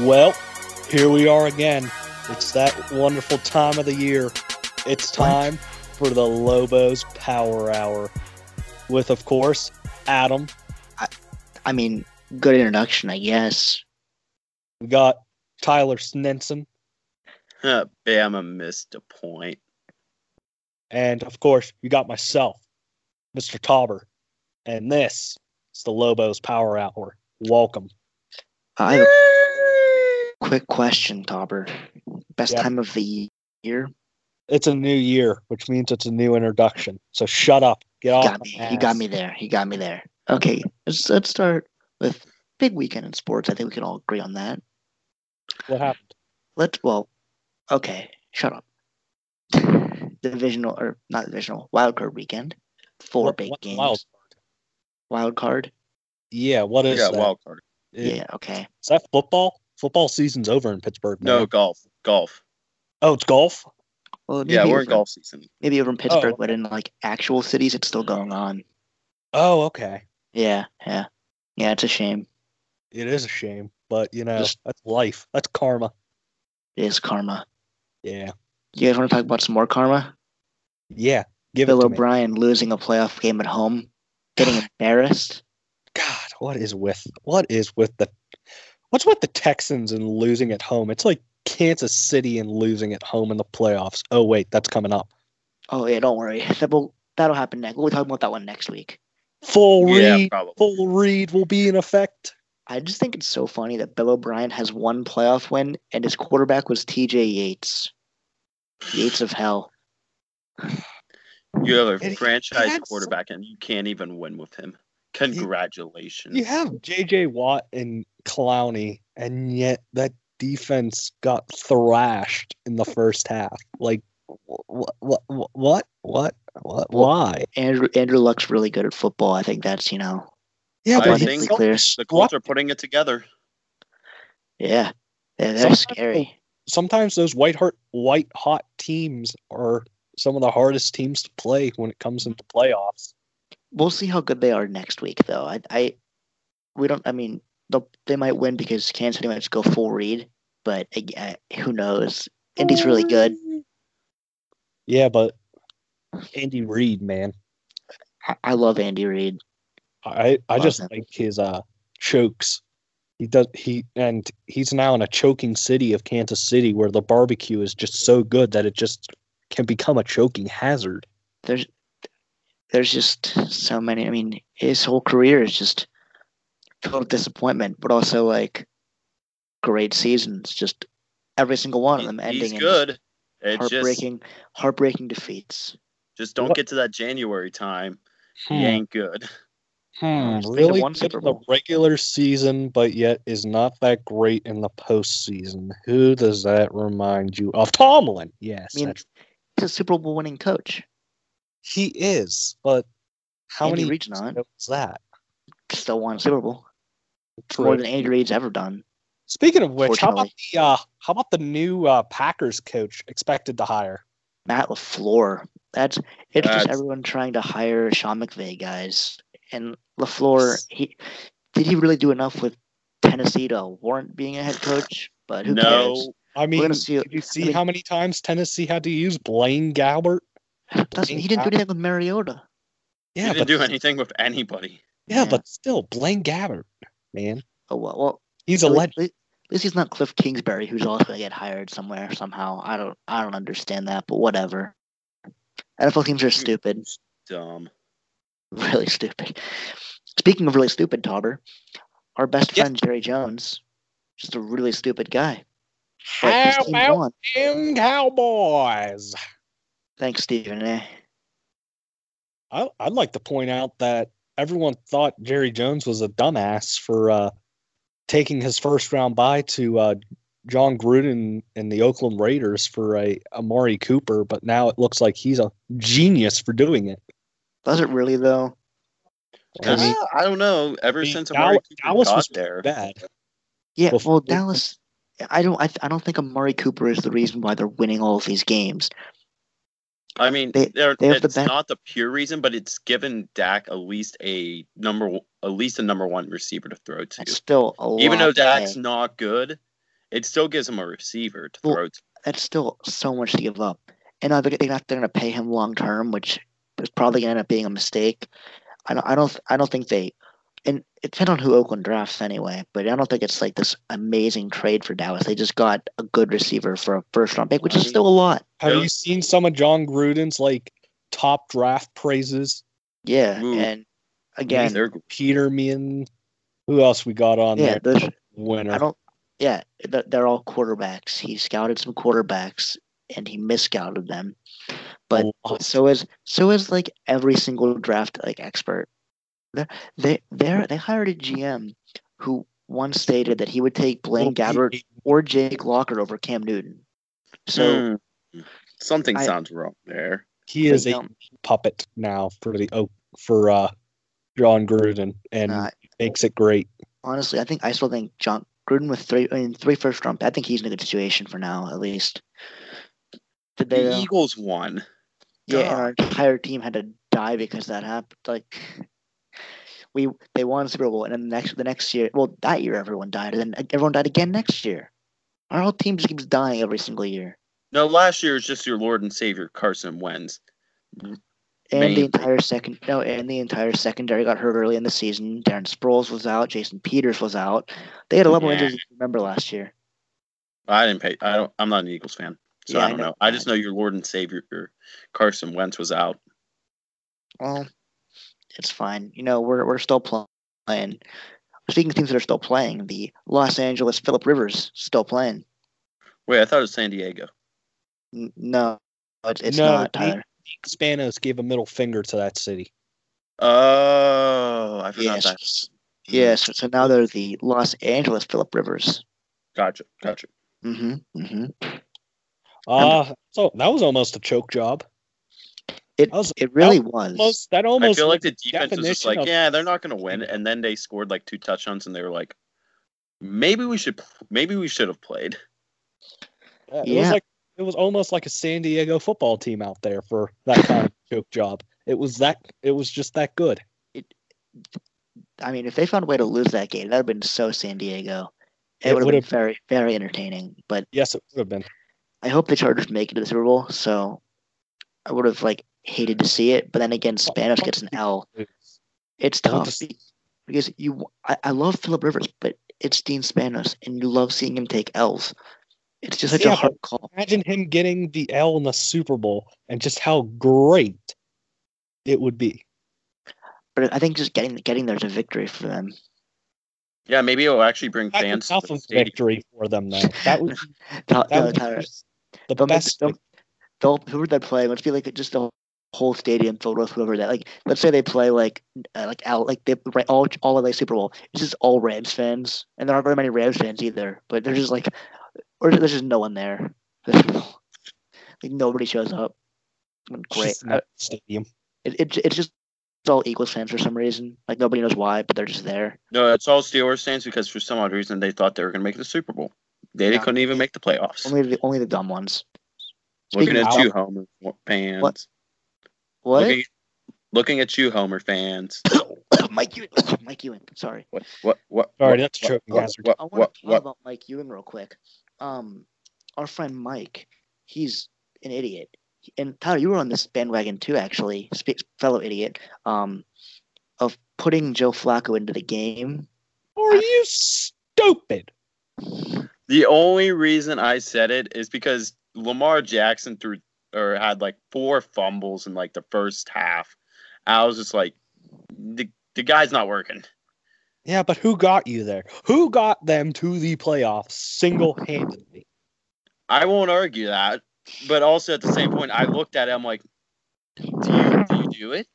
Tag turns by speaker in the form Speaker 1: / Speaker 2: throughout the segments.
Speaker 1: Well, here we are again. It's that wonderful time of the year. It's time for the Lobos Power Hour with, of course, Adam.
Speaker 2: I mean, good introduction, I guess.
Speaker 1: We got Tyler Snenson,
Speaker 3: Bama missed a point.
Speaker 1: and of course, you got myself, Mr. Tauber. And this is the Lobos Power Hour. Welcome.
Speaker 2: I have a quick question, Tauber. Best
Speaker 1: Yeah.
Speaker 2: time of the year?
Speaker 1: It's a new year, which means it's a new introduction. So shut up. Get off.
Speaker 2: got
Speaker 1: my
Speaker 2: me. You got
Speaker 1: ass.
Speaker 2: me there. You got me there. Okay, let's, let's start with big weekend in sports. I think we can all agree on that.
Speaker 1: What happened?
Speaker 2: Let's, well, okay, shut up. Divisional, or not divisional, wild card weekend. Four
Speaker 1: What-
Speaker 2: big
Speaker 1: what-
Speaker 2: games.
Speaker 1: wild-
Speaker 2: Wild. card?
Speaker 1: Yeah, what
Speaker 3: We
Speaker 1: is
Speaker 3: got
Speaker 1: that?
Speaker 3: wild card.
Speaker 1: Is-
Speaker 2: yeah, okay.
Speaker 1: Is that football? Football season's over in Pittsburgh.
Speaker 3: No,
Speaker 1: man.
Speaker 3: golf. Golf.
Speaker 1: Oh, it's golf.
Speaker 2: Well,
Speaker 3: Yeah,
Speaker 2: maybe
Speaker 3: we're in
Speaker 2: over-
Speaker 3: golf season.
Speaker 2: Maybe over in Pittsburgh,
Speaker 1: okay.
Speaker 2: but in like actual cities, it's still going on.
Speaker 1: Oh, okay.
Speaker 2: Yeah, yeah. Yeah, it's a shame.
Speaker 1: It is a shame, but you know
Speaker 2: Just-
Speaker 1: that's life. That's karma.
Speaker 2: It is karma.
Speaker 1: Yeah,
Speaker 2: You guys want to talk about some more karma?
Speaker 1: yeah. Give it
Speaker 2: Bill
Speaker 1: to me.
Speaker 2: O'Brien losing a playoff game at home, getting embarrassed.
Speaker 1: God, what is with what is with the what's with the Texans and losing at home? It's like Kansas City and losing at home in the playoffs. Oh wait, that's coming up.
Speaker 2: Oh yeah, don't worry. That will that'll happen next. We'll talk about that one next week.
Speaker 1: Full
Speaker 3: Yeah,
Speaker 1: read.
Speaker 3: probably.
Speaker 1: Full read will be in effect.
Speaker 2: I just think it's so funny that Bill O'Brien has one playoff win and his quarterback was T.J. Yates. Yates of hell.
Speaker 3: You have
Speaker 1: And
Speaker 3: a
Speaker 1: he
Speaker 3: franchise
Speaker 1: had some-
Speaker 3: quarterback, and you can't even win with him. Congratulations.
Speaker 1: You have J.J. Watt and Clowney, and yet that defense got thrashed in the first half. Like, what? What? What? What? what why?
Speaker 2: Andrew Andrew Luck's really good at football. I think that's you know
Speaker 1: Yeah,
Speaker 3: I
Speaker 1: but
Speaker 3: think-
Speaker 2: abundantly clear.
Speaker 3: The Colts are putting it together.
Speaker 2: Yeah, yeah,
Speaker 1: Sometimes
Speaker 2: that's scary.
Speaker 1: sometimes those white heart white hot teams are some of the hardest teams to play when it comes into playoffs.
Speaker 2: We'll see how good they are next week, though. I, I we don't. I mean, they'll- they might win because Kansas City might just go full read, but uh, who knows? Indy's really good.
Speaker 1: Yeah, but Andy Reid, man,
Speaker 2: I, I love Andy Reid.
Speaker 1: I I just
Speaker 2: Awesome.
Speaker 1: like his uh chokes. He does he and he's now in a choking city of Kansas City where the barbecue is just so good that it just can become a choking hazard.
Speaker 2: There's there's just so many. I mean, his whole career is just filled with disappointment, but also like great seasons. Just every single one of them
Speaker 3: He-
Speaker 2: ending
Speaker 3: He's
Speaker 2: in
Speaker 3: good. It just,
Speaker 2: heartbreaking, heartbreaking defeats.
Speaker 3: just don't
Speaker 1: What-
Speaker 3: get to that January time. He ain't good.
Speaker 1: Hmm,
Speaker 2: Just think of
Speaker 1: really
Speaker 2: one
Speaker 1: good
Speaker 2: Super
Speaker 1: in the
Speaker 2: Bowl.
Speaker 1: regular season, but yet is not that great in the postseason. Who does that remind you of? Tomlin. Yes,
Speaker 2: I mean,
Speaker 1: that's-
Speaker 2: He's a Super Bowl winning coach.
Speaker 1: he is. But how
Speaker 2: Andy
Speaker 1: many
Speaker 2: Reid's
Speaker 1: years
Speaker 2: not.
Speaker 1: ago was that?
Speaker 2: still won a Super Bowl.
Speaker 1: True.
Speaker 2: More than Andy Reid's ever done.
Speaker 1: Speaking of which, how about
Speaker 2: Fortunately.
Speaker 1: the uh, how about the new uh, Packers coach expected to hire?
Speaker 2: Matt LaFleur. That's it's just
Speaker 3: That's-
Speaker 2: everyone trying to hire Sean McVay guys. And LaFleur he did he really do enough with Tennessee to warrant being a head coach? But who cares?
Speaker 3: No,
Speaker 1: I
Speaker 2: We're
Speaker 1: mean,
Speaker 2: gonna see
Speaker 1: did you see
Speaker 2: mean-
Speaker 1: how many times Tennessee had to use Blaine Galbert?
Speaker 2: Doesn't he didn't do anything with Mariota.
Speaker 3: he
Speaker 1: Yeah,
Speaker 3: didn't
Speaker 1: but
Speaker 3: do anything with anybody.
Speaker 1: yeah,
Speaker 2: yeah.
Speaker 1: but still, Blaine Gabbert, man,
Speaker 2: Oh well well
Speaker 1: he's a
Speaker 2: at
Speaker 1: legend.
Speaker 2: least- At least he's not Cliff Kingsbury who's also gonna get hired somewhere somehow. I don't I don't understand that, but whatever. NFL teams are stupid.
Speaker 3: Dumb.
Speaker 2: Really stupid. Speaking of really stupid, Tauber, our best
Speaker 1: Yeah.
Speaker 2: friend Jerry Jones, just a really stupid guy. But his
Speaker 1: How
Speaker 2: team
Speaker 1: about
Speaker 2: won.
Speaker 1: them Cowboys?
Speaker 2: Thanks, Stephen. A.
Speaker 1: I, I'd like to point out that everyone thought Jerry Jones was a dumbass for uh, taking his first round bye to uh, John Gruden and the Oakland Raiders for a Amari Cooper, but now it looks like he's a genius for doing it.
Speaker 2: Does it really though?
Speaker 1: I
Speaker 3: Because
Speaker 1: mean,
Speaker 3: Uh, I don't know. Ever
Speaker 1: I mean,
Speaker 3: since
Speaker 1: Dallas-
Speaker 3: Amari Cooper
Speaker 1: Dallas
Speaker 3: got
Speaker 1: was
Speaker 3: there,
Speaker 1: bad.
Speaker 2: Yeah.
Speaker 1: Well,
Speaker 2: Well,
Speaker 1: well-
Speaker 2: Dallas. I don't. I, I don't think Amari Cooper is the reason why they're winning all of these games.
Speaker 3: I mean,
Speaker 2: They-
Speaker 3: they're-
Speaker 2: they have the
Speaker 3: it's
Speaker 2: best-
Speaker 3: not the pure reason, but it's given Dak at least a number, at least a number one receiver to throw to.
Speaker 2: That's still a lot.
Speaker 3: Even though
Speaker 2: to
Speaker 3: Dak's
Speaker 2: say.
Speaker 3: not good, It still gives him a receiver to
Speaker 2: Well-
Speaker 3: throw to.
Speaker 2: That's still so much to give up. And I think they're not they're going to pay him long term, which is probably going to end up being a mistake. I don't, I don't, I don't think they. And it depends on who Oakland drafts anyway. But I don't think it's like this amazing trade for Dallas. They just got a good receiver for a first round pick, which is still a lot.
Speaker 1: Have
Speaker 3: Those-
Speaker 1: you seen some of John Gruden's like top draft praises?
Speaker 2: Yeah,
Speaker 3: Ooh.
Speaker 2: and again,
Speaker 3: They're-
Speaker 1: Peterman. Who else we got on
Speaker 2: yeah,
Speaker 1: there?
Speaker 2: those, I
Speaker 1: Winner.
Speaker 2: don't. Yeah, they're, they're all quarterbacks. He scouted some quarterbacks and he misscouted them. But
Speaker 1: Oh.
Speaker 2: so is so is like every single draft like expert. They they they they hired a GM who once stated that he would take Blaine Gabbert or Jake Locker over Cam Newton. So
Speaker 3: Mm. something
Speaker 2: I-
Speaker 3: sounds wrong there.
Speaker 1: Hmm. He is
Speaker 2: like,
Speaker 1: a
Speaker 2: um,
Speaker 1: puppet now for the oh, for uh, John Gruden and
Speaker 2: uh,
Speaker 1: makes it great.
Speaker 2: honestly, I think I still think John Gruden with three I mean three first round. I think he's in a good situation for now at least. Did they?
Speaker 3: The
Speaker 2: uh,
Speaker 3: Eagles won.
Speaker 2: Yeah, and our entire team had to die because that happened. Like we they won the Super Bowl, and then the next the next year, well, that year everyone died, and then everyone died again next year. Our whole team just keeps dying every single year,
Speaker 3: No, last year was just your Lord and Savior Carson Wentz.
Speaker 2: and the
Speaker 3: Amazing.
Speaker 2: entire second no, and the entire secondary got hurt early in the season. Darren Sproles was out, Jason Peters was out. They had a lot more
Speaker 3: Yeah.
Speaker 2: injuries. than I Remember last year?
Speaker 3: I didn't pay. I don't. I'm not an Eagles fan, so
Speaker 2: Yeah,
Speaker 3: I don't know. I just know your Lord and Savior Carson Wentz was out.
Speaker 2: Well, it's fine. You know, we're we're still pl- playing. Speaking of teams that are still playing, the Los Angeles Philip Rivers still playing.
Speaker 3: Wait, I thought it was San Diego.
Speaker 2: N- No, it's, it's
Speaker 1: No,
Speaker 2: not
Speaker 1: he-
Speaker 2: Tyler.
Speaker 1: Spanos gave a middle finger to that city.
Speaker 3: Oh, I
Speaker 2: Yes.
Speaker 3: forgot that.
Speaker 2: Yeah,
Speaker 1: Mm-hmm.
Speaker 2: so, so now they're the Los Angeles Philip Rivers.
Speaker 3: Gotcha. Gotcha.
Speaker 2: hmm hmm
Speaker 1: Uh so that was almost a choke job.
Speaker 2: It
Speaker 1: That was
Speaker 2: it really was.
Speaker 1: almost that almost
Speaker 3: I feel like the defense was just
Speaker 1: definition
Speaker 3: like,
Speaker 1: of-
Speaker 3: yeah, they're not going to win, and then they scored like two touchdowns, and they were like, maybe we should, maybe we should have played.
Speaker 1: uh, it was
Speaker 2: yeah.
Speaker 1: like it was almost like a San Diego football team out there for that kind of choke job. It was that it was just that good.
Speaker 2: I mean, if they found a way to lose that game, that would have been so San Diego. It,
Speaker 1: It
Speaker 2: would have been
Speaker 1: would've-
Speaker 2: very very entertaining. But
Speaker 1: Yes, it would have been.
Speaker 2: I hope the Chargers make it to the Super Bowl. So I would have like hated to see it. But then again, Spanos gets an L. It's
Speaker 1: I want
Speaker 2: tough
Speaker 1: to
Speaker 2: be- because you. I, I love Philip Rivers, but it's Dean Spanos, and you love seeing him take L's. It's just such
Speaker 1: Yeah,
Speaker 2: a
Speaker 1: but-
Speaker 2: hard call.
Speaker 1: Imagine him getting the L in the Super Bowl and just how great it would be.
Speaker 2: But I think just getting getting there's a victory for them.
Speaker 3: Yeah, maybe it'll actually bring
Speaker 1: That's
Speaker 3: fans to
Speaker 1: enough
Speaker 3: the
Speaker 1: of
Speaker 3: stadium.
Speaker 1: victory for them though. That would
Speaker 2: Tyler,
Speaker 1: that
Speaker 2: no,
Speaker 1: would
Speaker 2: Tyler,
Speaker 1: be the
Speaker 2: don't make,
Speaker 1: best
Speaker 2: don't, don't whoever they play. Let's be like just the whole stadium filled with whoever that. Like let's say they play like uh, like out like they right, all all of the Super Bowl. It's just all Rams fans, and there aren't very many Rams fans either. But they're just like, or there's just no one there. like nobody shows up. Great.
Speaker 1: just
Speaker 2: I-
Speaker 1: enough stadium.
Speaker 2: It, it, it's just it's all Eagles fans for some reason. Like nobody knows why, but they're just there.
Speaker 3: No, it's all Steelers fans because for some odd reason they thought they were going to make the Super Bowl. They
Speaker 2: Yeah.
Speaker 3: couldn't even make the playoffs.
Speaker 2: Only the only the dumb ones.
Speaker 3: looking
Speaker 2: speaking
Speaker 3: at
Speaker 1: of-
Speaker 3: you, Homer fans.
Speaker 2: What? What?
Speaker 3: Looking, looking at you, Homer fans.
Speaker 2: Mike Ewing. Mike Ewing. Sorry.
Speaker 3: What? What? What?
Speaker 1: Sorry,
Speaker 3: what,
Speaker 1: that's a choking
Speaker 3: what,
Speaker 1: hazard.
Speaker 3: what,
Speaker 2: I
Speaker 3: what,
Speaker 2: want
Speaker 3: what,
Speaker 2: to talk
Speaker 3: what,
Speaker 2: about Mike Ewing real quick. Um, our friend Mike, he's an idiot. And Tyler, you were on this bandwagon too, actually, sp- fellow idiot. Um, of putting Joe Flacco into the game.
Speaker 1: Are you stupid?
Speaker 3: The only reason I said it is because Lamar Jackson threw or had like four fumbles in like the first half. I was just like, the, the guy's not working.
Speaker 1: Yeah, but who got you there? Who got them to the playoffs single handedly?
Speaker 3: I won't argue that, but also at the same point, I looked at him like, do you do, you do it?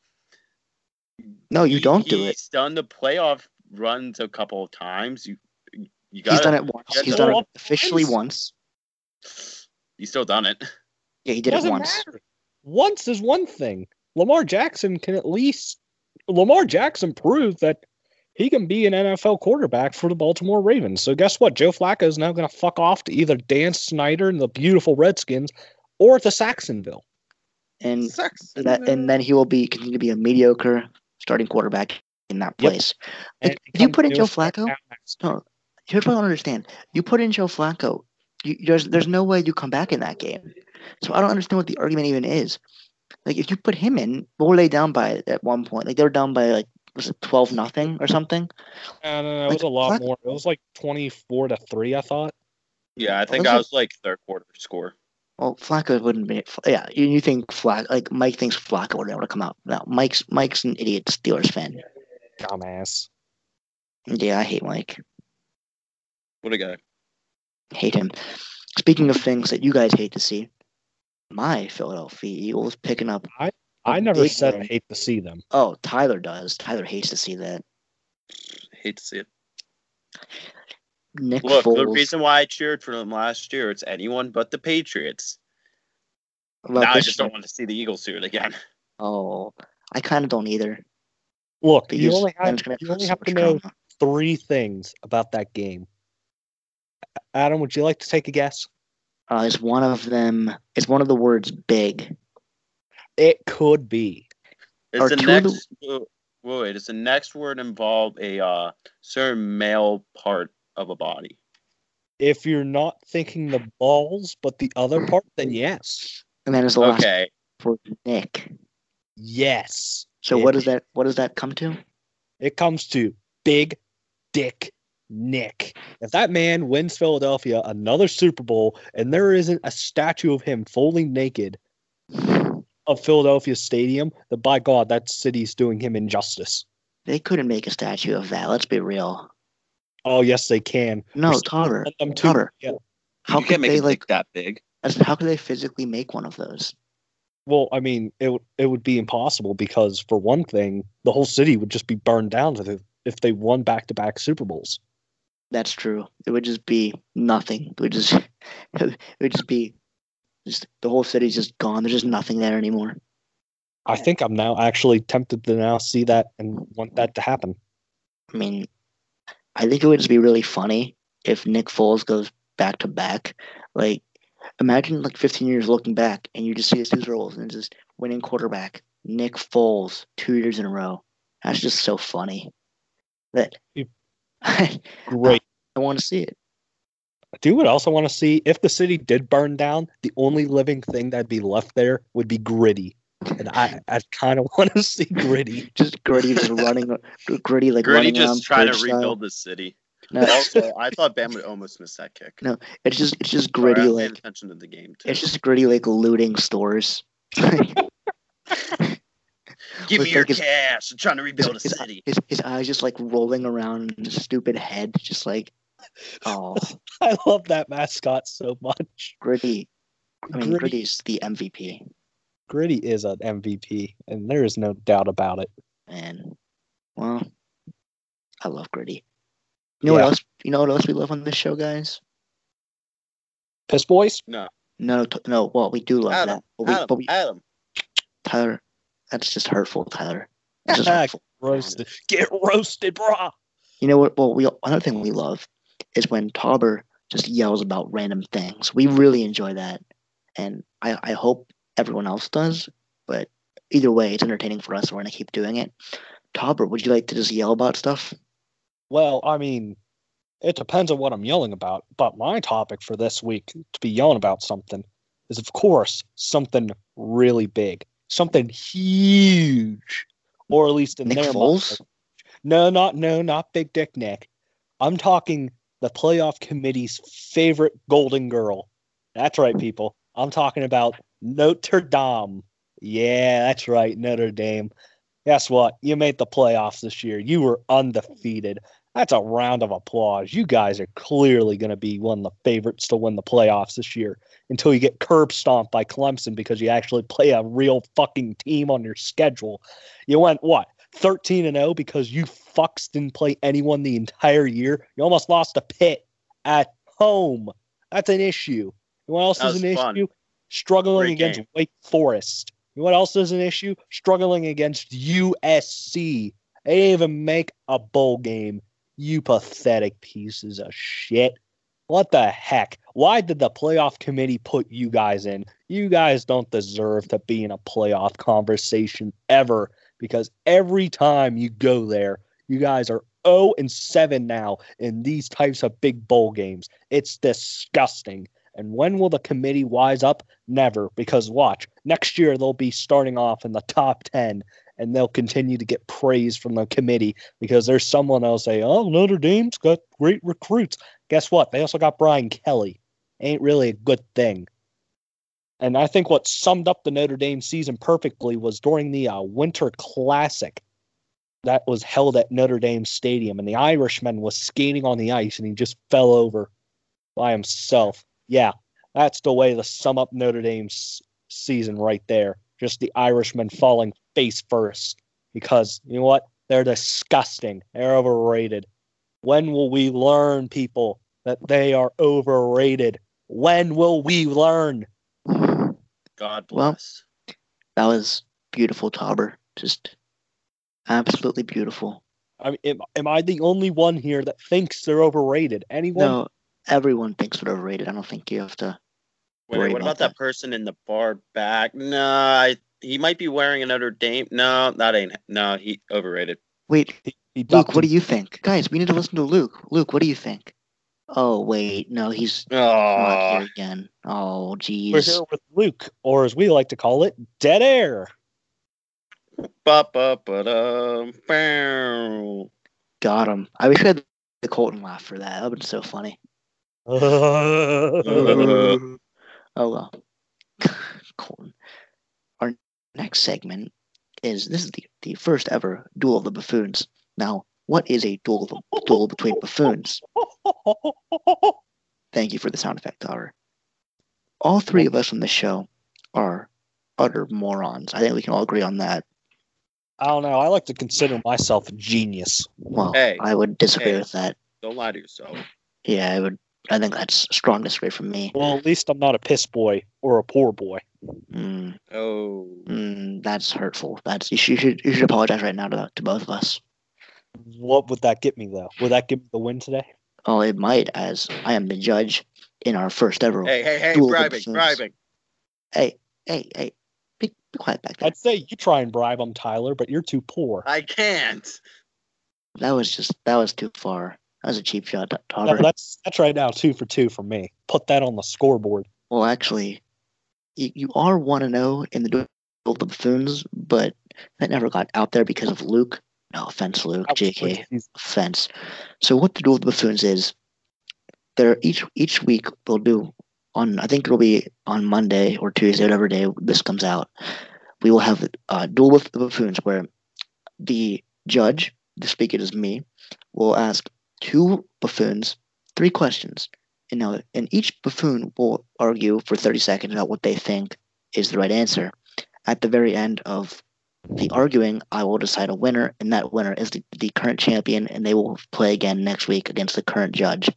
Speaker 2: No, you don't do it.
Speaker 3: He's done the playoff runs a couple of times. You you got
Speaker 2: He's done
Speaker 3: it.
Speaker 2: it once.
Speaker 3: gotta
Speaker 2: He's
Speaker 3: go
Speaker 2: done it
Speaker 1: up
Speaker 2: officially
Speaker 1: twice.
Speaker 2: once.
Speaker 3: He's still done it.
Speaker 2: Yeah, he did it
Speaker 1: Doesn't
Speaker 2: once.
Speaker 1: matter. Once is one thing. Lamar Jackson can at least Lamar Jackson proved that he can be an NFL quarterback for the Baltimore Ravens. So guess what? Joe Flacco is now going to fuck off to either Dan Snyder and the beautiful Redskins or to Saxonville.
Speaker 2: And that, and then he will be continue to be a mediocre starting quarterback in that
Speaker 1: Yep.
Speaker 2: place.
Speaker 1: And
Speaker 2: Like, if you
Speaker 1: come
Speaker 2: put in
Speaker 1: do
Speaker 2: Joe
Speaker 1: it right
Speaker 2: Flacco,
Speaker 1: now next
Speaker 2: no, here's what I don't understand. You put in Joe Flacco. You, there's there's no way you come back in that game. So I don't understand what the argument even is. Like if you put him in, what were they down by at one point? Like they were down by like was it twelve nothing or something?
Speaker 1: I don't know. It was a lot more. It was like twenty four to three. I thought.
Speaker 3: Yeah, I think I was like third quarter score.
Speaker 2: Well, Flacco wouldn't be. Yeah, you, you think Flack like Mike thinks Flacco would be able to come out. No, Mike's Mike's an idiot Steelers fan.
Speaker 1: Dumbass.
Speaker 2: Yeah, I hate Mike.
Speaker 3: What a guy.
Speaker 2: Hate him. Speaking of things that you guys hate to see, my Philadelphia Eagles picking up.
Speaker 1: I I never
Speaker 2: big
Speaker 1: said I
Speaker 2: one.
Speaker 1: hate to see them.
Speaker 2: Oh, Tyler does. Tyler hates to see that.
Speaker 3: Hate to see it.
Speaker 2: Nick
Speaker 3: Look, the
Speaker 2: Foles.
Speaker 3: reason why I cheered for them last year, it's anyone but the Patriots.
Speaker 2: about
Speaker 3: now I
Speaker 2: this
Speaker 3: just don't
Speaker 2: year.
Speaker 3: want to see the Eagles do it again.
Speaker 2: Oh, I kind of don't either.
Speaker 1: Look,
Speaker 2: But
Speaker 1: you
Speaker 2: he's-
Speaker 1: only
Speaker 2: I'm
Speaker 1: have
Speaker 2: just gonna
Speaker 1: you only
Speaker 2: so
Speaker 1: have to
Speaker 2: much
Speaker 1: know
Speaker 2: drama.
Speaker 1: three things about that game. Adam, would you like to take a guess?
Speaker 2: Uh, is one of them? Is one of the words big?
Speaker 1: It could be.
Speaker 3: It's
Speaker 2: Are
Speaker 3: the
Speaker 2: two of the-
Speaker 3: next. whoa, whoa, wait, it's the next word involve a uh, certain male part of a body.
Speaker 1: If you're not thinking the balls, but the other part, then yes,
Speaker 2: And then is the last
Speaker 3: Okay,
Speaker 2: for Nick.
Speaker 1: yes.
Speaker 2: So
Speaker 1: Yeah.
Speaker 2: what does that? What does that come to?
Speaker 1: It comes to Big Dick Nick. If that man wins Philadelphia another Super Bowl, and there isn't a statue of him fully naked of Philadelphia Stadium, then by God, that city's doing him injustice.
Speaker 2: They couldn't make a statue of that. Let's be real.
Speaker 1: Oh yes, they can.
Speaker 2: No,
Speaker 1: There's-
Speaker 2: Totter.
Speaker 1: Let them to-
Speaker 2: Totter.
Speaker 1: yeah.
Speaker 2: How could they like?
Speaker 3: that big.
Speaker 2: as- How could they physically make one of those?
Speaker 1: Well, I mean, it would- it would be impossible because for one thing, the whole city would just be burned down to the, if they won back to back Super Bowls.
Speaker 2: That's true. It would just be nothing. It would just, it would just be, just the whole city's just gone. There's just nothing there anymore.
Speaker 1: I think I'm now actually tempted to now see that and want that to happen.
Speaker 2: I mean, I think it would just be really funny if Nick Foles goes back to back. Like, imagine like 15 years looking back and you just see his two Super Bowls and it's just winning quarterback Nick Foles two years in a row. That's just so funny. That
Speaker 1: Yep.
Speaker 2: I
Speaker 1: Great.
Speaker 2: want to see it.
Speaker 1: Do you know what else I want to see? If the city did burn down, the only living thing that'd be left there would be gritty. And I, I kind of want to see gritty.
Speaker 2: Just gritty just running, gritty like
Speaker 3: Gritty
Speaker 2: running around
Speaker 3: just trying to
Speaker 2: curbside.
Speaker 3: rebuild the city.
Speaker 2: No,
Speaker 3: also, I thought Bam would almost miss that kick.
Speaker 2: No, it's just it's just
Speaker 3: Sorry, I
Speaker 2: gritty
Speaker 3: was paying
Speaker 2: like
Speaker 3: attention to the game. Too.
Speaker 2: it's just gritty like looting stores.
Speaker 3: Give
Speaker 2: with,
Speaker 3: me your
Speaker 2: like, his-
Speaker 3: cash. I'm trying to rebuild a
Speaker 2: his-
Speaker 3: city.
Speaker 2: his, his eyes just like rolling around in his stupid head, just like, oh,
Speaker 1: I love that mascot so much.
Speaker 2: Gritty. I mean,
Speaker 1: Gritty-
Speaker 2: Gritty's the MVP,
Speaker 1: Gritty is an MVP, and there is no doubt about it.
Speaker 2: and well, I love Gritty. You know
Speaker 1: Yeah.
Speaker 2: what else? You know what else we love on this show, guys?
Speaker 1: Piss boys,
Speaker 2: No, t- no. Well, we do love
Speaker 3: Adam,
Speaker 2: that, but we,
Speaker 3: Adam,
Speaker 2: but we,
Speaker 3: Adam.
Speaker 2: Tyler, that's just hurtful, Tyler. That's just hurtful.
Speaker 1: roasted. Get roasted, brah.
Speaker 2: You know what? Well, we another thing we love is when Tauber just yells about random things. We really enjoy that, and I, I hope everyone else does. But either way, it's entertaining for us. We're gonna keep doing it. Tauber, would you like to just yell about stuff?
Speaker 1: Well, I mean, it depends on what I'm yelling about. But my topic for this week to be yelling about something is, of course, something really big, something huge, or at least in
Speaker 2: Nick
Speaker 1: their
Speaker 2: Foles?
Speaker 1: minds. No, not no, not Big Dick Nick. I'm talking the playoff committee's favorite golden girl. That's right, people. I'm talking about Notre Dame. Yeah, that's right, Notre Dame. Guess what? You made the playoffs this year. You were undefeated. That's a round of applause. You guys are clearly going to be one of the favorites to win the playoffs this year until you get curb stomped by Clemson because you actually play a real fucking team on your schedule. You went, what, 13 and 0 because you fucks didn't play anyone the entire year? You almost lost a pit at home. That's an issue. You know what else
Speaker 3: That
Speaker 1: is
Speaker 3: was
Speaker 1: an
Speaker 3: fun.
Speaker 1: issue? Struggling
Speaker 3: Great
Speaker 1: against
Speaker 3: game.
Speaker 1: Wake Forest. You know what else is an issue? Struggling against USC. They didn't even make a bowl game. You pathetic pieces of shit. What the heck? Why did the playoff committee put you guys in? You guys don't deserve to be in a playoff conversation ever because every time you go there, you guys are 0 and 7 now in these types of big bowl games. It's disgusting. And when will the committee wise up? Never, because watch, next year they'll be starting off in the top 10 and they'll continue to get praise from the committee because there's someone else say, oh, Notre Dame's got great recruits. Guess what? They also got Brian Kelly. Ain't really a good thing. And I think what summed up the Notre Dame season perfectly was during the uh, Winter Classic that was held at Notre Dame Stadium, and the Irishman was skating on the ice and he just fell over by himself. Yeah, that's the way to sum up Notre Dame's season right there. Just the Irishman falling face first because you know what? They're disgusting. They're overrated. When will we learn, people, that they are overrated? When will we learn?
Speaker 3: God
Speaker 2: Well-
Speaker 3: bless.
Speaker 2: That was beautiful, Tauber. Just absolutely beautiful.
Speaker 1: I mean, am, am I the only one here that thinks they're overrated? Anyone?
Speaker 2: No, everyone thinks we're overrated. I don't think you have to. worry
Speaker 3: Wait, what
Speaker 2: about
Speaker 3: about that
Speaker 2: that.
Speaker 3: person in the bar back? Nah, I, he might be wearing another Dame. No, that ain't. No, he overrated.
Speaker 2: Wait,
Speaker 1: He
Speaker 2: Luke,
Speaker 1: ducked
Speaker 2: what do you think? Guys, we need to listen to Luke. Luke, what do you think? Oh, wait. No, he's not
Speaker 3: Oh,
Speaker 2: here again. Oh,
Speaker 1: We're
Speaker 2: jeez.
Speaker 1: here with Luke, or as we like to call it, dead air.
Speaker 3: ba ba ba da. bow.
Speaker 2: Got him. I wish we had the Colton laugh for that. That would have been so funny. oh, well. Colton. Our next segment is this is the, the first ever duel of the buffoons. Now, what is a duel, of, duel between buffoons? Thank you for the sound effect, Oliver. All three of us on the show are utter morons. I think we can all agree on that.
Speaker 1: I don't know. I like to consider myself a genius.
Speaker 2: Well,
Speaker 3: Hey.
Speaker 2: I would disagree
Speaker 3: Hey.
Speaker 2: with that.
Speaker 3: Don't lie to yourself.
Speaker 2: Yeah, I would. I think that's a strong disagree from me.
Speaker 1: Well, at least I'm not a piss boy or a poor boy.
Speaker 2: Mm,
Speaker 3: Oh,
Speaker 2: mm, that's hurtful. That's you should, you should you should apologize right now to to both of us.
Speaker 1: What would that get me though? Would that give me the win today?
Speaker 2: Oh, it might as I am the judge in our first ever.
Speaker 3: hey, hey, hey,
Speaker 2: Duel of the
Speaker 3: bribing,
Speaker 2: Buffoons.
Speaker 3: bribing.
Speaker 2: hey, hey, hey, be, be quiet back there.
Speaker 1: I'd say you try and bribe him, Tyler, but you're too poor.
Speaker 3: I can't.
Speaker 2: That was just that was too far. That was a cheap shot,
Speaker 1: No,
Speaker 2: Oliver.
Speaker 1: that's that's right now two for two for me. Put that on the scoreboard.
Speaker 2: Well, actually, you, you are 1 and 0 in the Duel of the Buffoons, but that never got out there because of Luke. No offense, Luke. JK, offense. So, what the Duel of the Buffoons is, there each each week we'll do on, I think it'll be on Monday or Tuesday, whatever day this comes out, we will have a Duel of the Buffoons where the judge, the speaker is me, will ask two buffoons three questions you know, and each buffoon will argue for 30 seconds about what they think is the right answer. At the very end of the arguing, I will decide a winner, and that winner is the, the current champion, and they will play again next week against the current judge.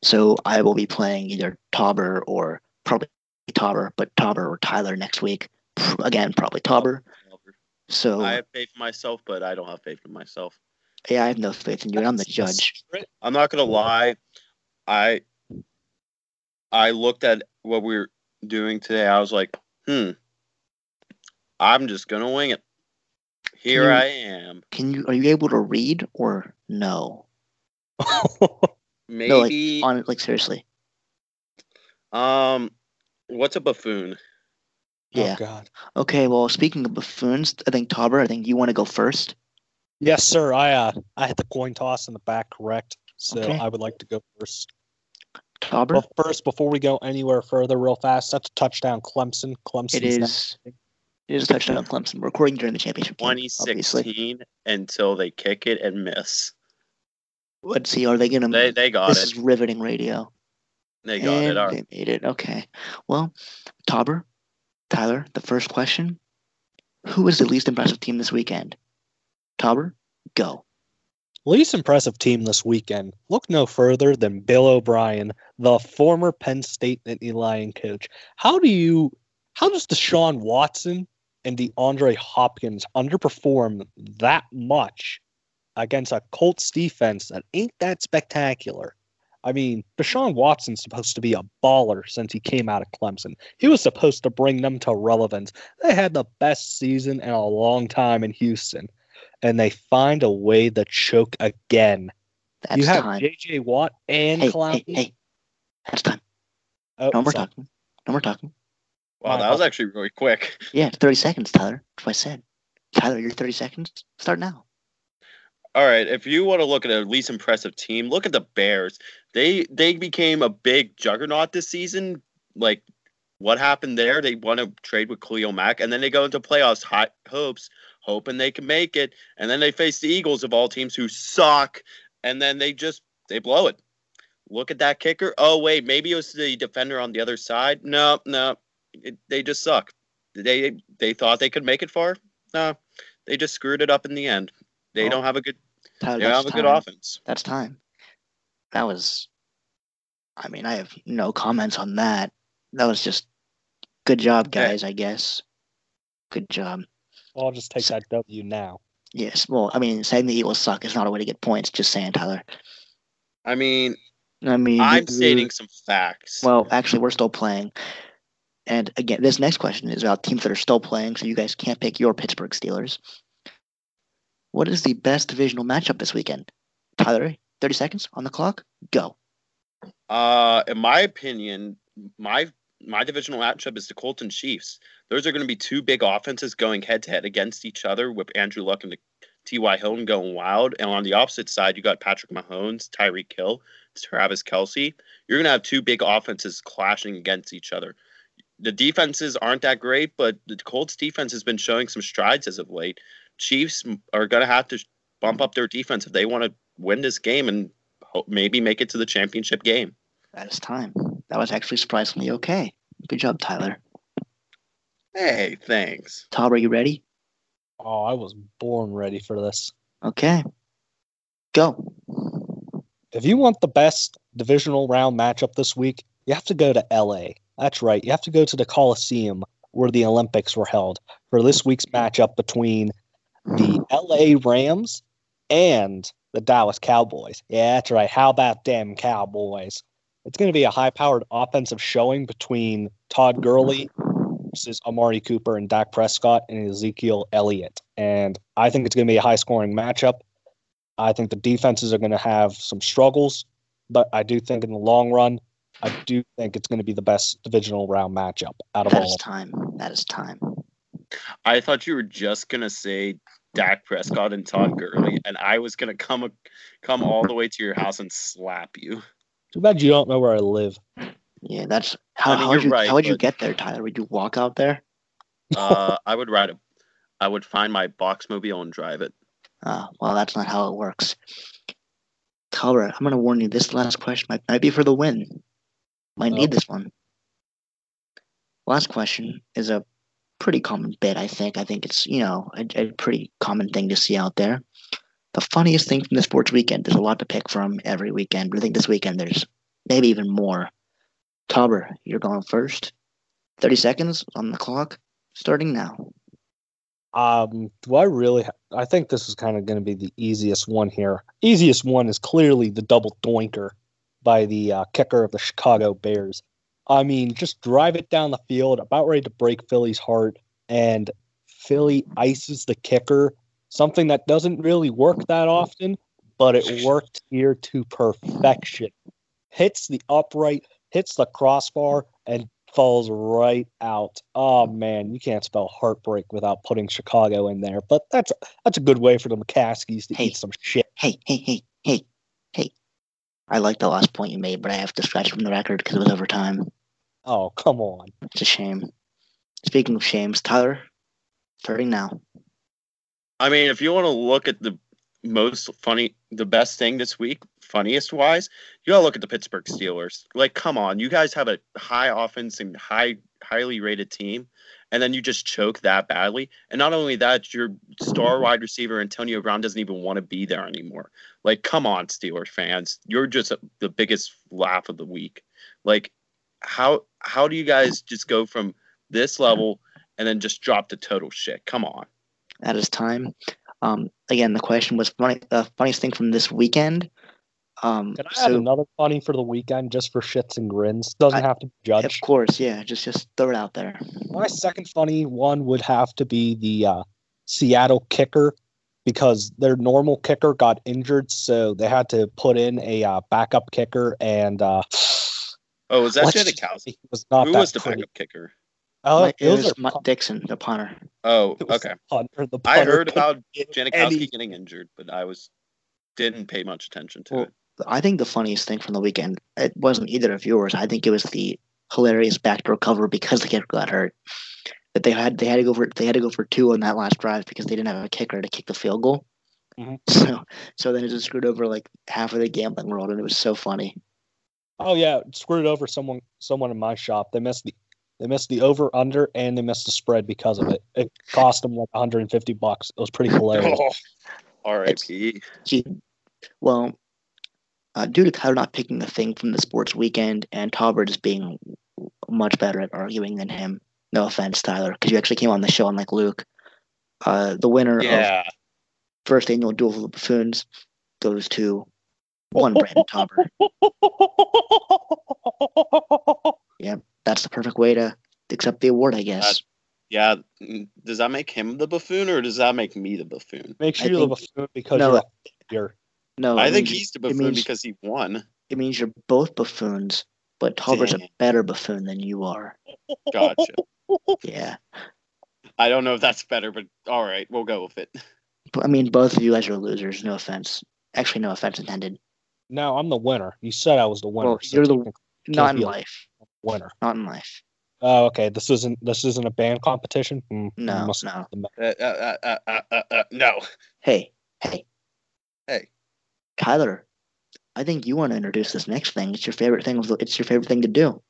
Speaker 2: So I will be playing either Tauber or probably Tauber, but Tauber or Tyler next week. Pr- Again, probably Tauber. So
Speaker 3: I have faith in myself, but I don't have faith in myself.
Speaker 2: yeah, I have no faith in you, and I'm the judge.
Speaker 3: I'm not gonna lie. I I looked at what we were doing today. I was like, hmm. I'm just gonna wing it. Here
Speaker 2: You-
Speaker 3: I am.
Speaker 2: Can you are you able to read or no?
Speaker 1: Oh,
Speaker 2: like,
Speaker 3: Maybe
Speaker 2: On like seriously,
Speaker 3: um what's a buffoon?
Speaker 2: yeah.
Speaker 1: Oh God.
Speaker 2: Okay, well, speaking of buffoons, I think Tauber, I think you want to go first.
Speaker 1: Yes, sir. I uh, I had the coin toss in the back correct, so
Speaker 2: Okay.
Speaker 1: I would like to go first.
Speaker 2: Tauber,
Speaker 1: Well, first, before we go anywhere further, real fast, that's a touchdown, Clemson. Clemson.
Speaker 2: it is it is a touchdown on Clemson. We're recording during the championship game,
Speaker 3: Twenty
Speaker 2: obviously.
Speaker 3: sixteen until they kick it and miss.
Speaker 2: Let's see, are they gonna?
Speaker 3: They they got
Speaker 2: Mm. this is
Speaker 3: it.
Speaker 2: riveting radio.
Speaker 3: They got it.
Speaker 2: And
Speaker 3: All right.
Speaker 2: They made it. Okay. Well, Tauber, Tyler, the first question: Who was the least impressive team this weekend? Tauber, go.
Speaker 1: Least impressive team this weekend. Look no further than Bill O'Brien, the former Penn State Nittany Lion coach. How do you, how does Deshaun Watson and DeAndre Hopkins underperform that much against a Colts defense that ain't that spectacular? I mean, Deshaun Watson's supposed to be a baller since he came out of Clemson. He was supposed to bring them to relevance. They had the best season in a long time in Houston. and they find a way to choke again.
Speaker 2: That's
Speaker 1: you have
Speaker 2: time.
Speaker 1: J.J. Watt and
Speaker 2: hey, hey,
Speaker 1: Clowney.
Speaker 2: hey. That's time.
Speaker 1: Oh,
Speaker 2: No more
Speaker 1: sorry.
Speaker 2: talking. No more talking.
Speaker 3: Wow, that was actually really quick.
Speaker 2: Yeah, 30 seconds, Tyler. That's what I said. Tyler, your 30 seconds? Start now.
Speaker 3: All right, if you want to look at a least impressive team, look at the Bears. They they became a big juggernaut this season. Like what happened there? They want to trade with Cleo Mack, and then they go into playoffs hot hopes, hoping they can make it. And then they face the Eagles of all teams who suck, and then they just they blow it. Look at that kicker. Oh wait, maybe it was the defender on the other side. No, no, it, they just suck. They they thought they could make it far. No, they just screwed it up in the end. They
Speaker 2: Oh.
Speaker 3: don't have a good
Speaker 2: Tyler,
Speaker 3: they
Speaker 2: that's
Speaker 3: have a good
Speaker 2: time.
Speaker 3: offense.
Speaker 2: That's time. That was, I mean, I have no comments on that. That was just good job,
Speaker 3: Yeah.
Speaker 2: guys, I guess. Good job.
Speaker 1: I'll just take that W now.
Speaker 2: Yes. Well, I mean, saying the Eagles suck is not a way to get points. Just saying, Tyler.
Speaker 3: I mean,
Speaker 2: I mean,
Speaker 3: I'm stating some facts.
Speaker 2: Well, actually, we're still playing. And again, this next question is about teams that are still playing, so you guys can't pick your Pittsburgh Steelers. What is the best divisional matchup this weekend? Tyler, 30 seconds on the clock. Go.
Speaker 3: uh, in my opinion, my my divisional matchup is the Colts and Chiefs. Those are going to be two big offenses going head to head against each other with Andrew Luck and the T.Y. Hilton going wild. And on the opposite side, you got Patrick Mahomes, Tyreek Hill, Travis Kelsey. You're going to have two big offenses clashing against each other. The defenses aren't that great, but the Colts defense has been showing some strides as of late. Chiefs m- are going to have to sh- bump up their defense if they want to win this game and ho- maybe make it to the championship game.
Speaker 2: That is time. That was actually surprisingly okay. Good job, Tyler.
Speaker 3: Hey, thanks.
Speaker 2: Tom, are you ready?
Speaker 1: Oh, I was born ready for this.
Speaker 2: Okay. Go.
Speaker 1: If you want the best divisional round matchup this week, you have to go to LA. That's right. You have to go to the Coliseum where the Olympics were held for this week's matchup between the LA Rams and the Dallas Cowboys. Yeah, that's right. How about them Cowboys? It's going to be a high powered offensive showing between Todd Gurley versus Amari Cooper and Dak Prescott and Ezekiel Elliott. And I think it's going to be a high scoring matchup. I think the defenses are going to have some struggles, but I do think in the long run, I do think it's going to be the best divisional round matchup out of
Speaker 2: That
Speaker 1: all
Speaker 2: is
Speaker 1: of them.
Speaker 2: time. That is time.
Speaker 3: I thought you were just gonna say Dak Prescott and Todd Gurley, and I was gonna come come all the way to your house and slap you.
Speaker 1: Too bad you don't know where I live.
Speaker 2: Yeah, that's how,
Speaker 3: I mean,
Speaker 2: how would
Speaker 3: you're
Speaker 2: you,
Speaker 3: right,
Speaker 2: how would you
Speaker 3: but-
Speaker 2: get there, Tyler? Would you walk out there?
Speaker 3: Uh, I would ride a, I would find my box mobile and drive it.
Speaker 2: Ah, well, that's not how it works. Tyler, I'm going to warn you. This last question might, might be for the win. Might need this one. Last question is a pretty common bit, I think. I think it's, you know, a, a pretty common thing to see out there. The funniest thing from the sports weekend, there's a lot to pick from every weekend, but I think this weekend there's maybe even more. Tauber, you're going first. 30 seconds on the clock, starting now.
Speaker 1: Um, do I really? Ha- I think this is kind of going to be the easiest one here. Easiest one is clearly the double doinker by the uh, kicker of the Chicago Bears. I mean, just drive it down the field, about ready to break Philly's heart, and Philly ices the kicker. Something that doesn't really work that often, but it worked here to perfection. Hits the upright, hits the crossbar, and falls right out. Oh
Speaker 3: Mm.
Speaker 1: man, you can't spell heartbreak without putting Chicago in there. But that's that's a good way for the McCaskies to
Speaker 2: Hey.
Speaker 1: eat some shit.
Speaker 2: hey, hey, hey, hey, hey. I like the last point you made, but I have to scratch it from the record because it was over time.
Speaker 1: Oh come on.
Speaker 2: It's a shame. Speaking of shames, Tyler, starting now.
Speaker 3: I mean, if you want to look at the most funny, the best thing this week, funniest wise, you gotta look at the Pittsburgh Steelers. Like, come on, you guys have a high offense and high, highly rated team, and then you just choke that badly. And not only that, your star wide receiver Antonio Brown doesn't even want to be there anymore. Like, come on, Steelers fans, you're just the biggest laugh of the week. Like, how how do you guys just go from this level and then just drop the total shit? Come on.
Speaker 2: That is time. Um, again, the question was funny, uh, funniest thing from this weekend. Um,
Speaker 1: Can I add
Speaker 2: so,
Speaker 1: another funny for the weekend just for shits and grins? Doesn't
Speaker 2: I-
Speaker 1: have to be
Speaker 2: of
Speaker 1: judged.
Speaker 2: course, yeah, just just throw it out there.
Speaker 1: My second funny one would have to be the uh, Seattle kicker because their normal kicker got injured, so they had to put in a uh, backup kicker. And uh,
Speaker 3: Oh, was that
Speaker 1: let's
Speaker 3: Janikowski?
Speaker 1: just say he was not
Speaker 3: Who
Speaker 1: that
Speaker 3: was the
Speaker 1: pretty.
Speaker 3: backup kicker?
Speaker 1: Oh,
Speaker 2: Mike- it
Speaker 1: those
Speaker 2: was
Speaker 1: are
Speaker 2: Mike Dixon, the punter.
Speaker 3: Oh,
Speaker 1: It was
Speaker 3: okay.
Speaker 1: punter. The
Speaker 3: I
Speaker 1: punter
Speaker 3: heard
Speaker 1: couldn't
Speaker 3: about
Speaker 1: get any-
Speaker 3: Janikowski getting injured, but I was didn't pay much attention to
Speaker 2: Well,
Speaker 3: it.
Speaker 2: I think the funniest thing from the weekend, it wasn't either of yours. I think it was the hilarious backdoor cover because the kicker got hurt. That they had they had to go for they had to go for two on that last drive because they didn't have a kicker to kick the field goal.
Speaker 1: Mhm.
Speaker 2: So so then it just screwed over like half of the gambling world, and it was so funny.
Speaker 1: Oh yeah, screwed over someone. Someone in my shop. They missed the. They missed the over under and they missed the spread because of it. It cost them like 150 bucks. It was pretty hilarious.
Speaker 3: Oh, R.I.P.
Speaker 2: Gee, well, uh, due to Tyler not picking the thing from the sports weekend and Talbert just being much better at arguing than him. No offense, Tyler, because you actually came on the show unlike Luke. Uh, the winner of
Speaker 3: Yeah.
Speaker 2: first annual Duel of the Buffoons goes to one Brandon Tauber. That's the perfect way to accept the award, I guess.
Speaker 3: Yeah. mm, Does that make him the buffoon or does that make me the buffoon?
Speaker 1: Make sure
Speaker 2: I
Speaker 1: you live a
Speaker 2: think-
Speaker 1: food because
Speaker 2: no,
Speaker 1: you're, a you're Um,
Speaker 2: No,
Speaker 3: I
Speaker 2: it
Speaker 3: think
Speaker 2: means-
Speaker 3: he's the buffoon
Speaker 2: means-
Speaker 3: because he won.
Speaker 2: it means you're both buffoons, but Tauber's
Speaker 3: Dang.
Speaker 2: a better buffoon than you are.
Speaker 3: Gotcha. Oh.
Speaker 2: Yeah,
Speaker 3: I don't know if that's better, but all right, we'll go with it.
Speaker 2: but I mean, both of you guys are losers. No offense. Actually, no offense intended.
Speaker 1: now I'm the winner. You said I was the winner.
Speaker 2: Well, you're the-
Speaker 1: technically
Speaker 2: Not in
Speaker 1: be a-
Speaker 2: life.
Speaker 1: winner.
Speaker 2: Not in life.
Speaker 1: Oh, okay. This isn't this isn't a band competition. Hmm,
Speaker 2: No,
Speaker 1: must-
Speaker 2: no.
Speaker 3: Uh, uh, uh, uh, uh, uh, no.
Speaker 2: Hey, hey,
Speaker 3: Hey.
Speaker 2: Tyler. I think you want to introduce this next thing. It's your favorite thing. of the- It's your favorite thing to do.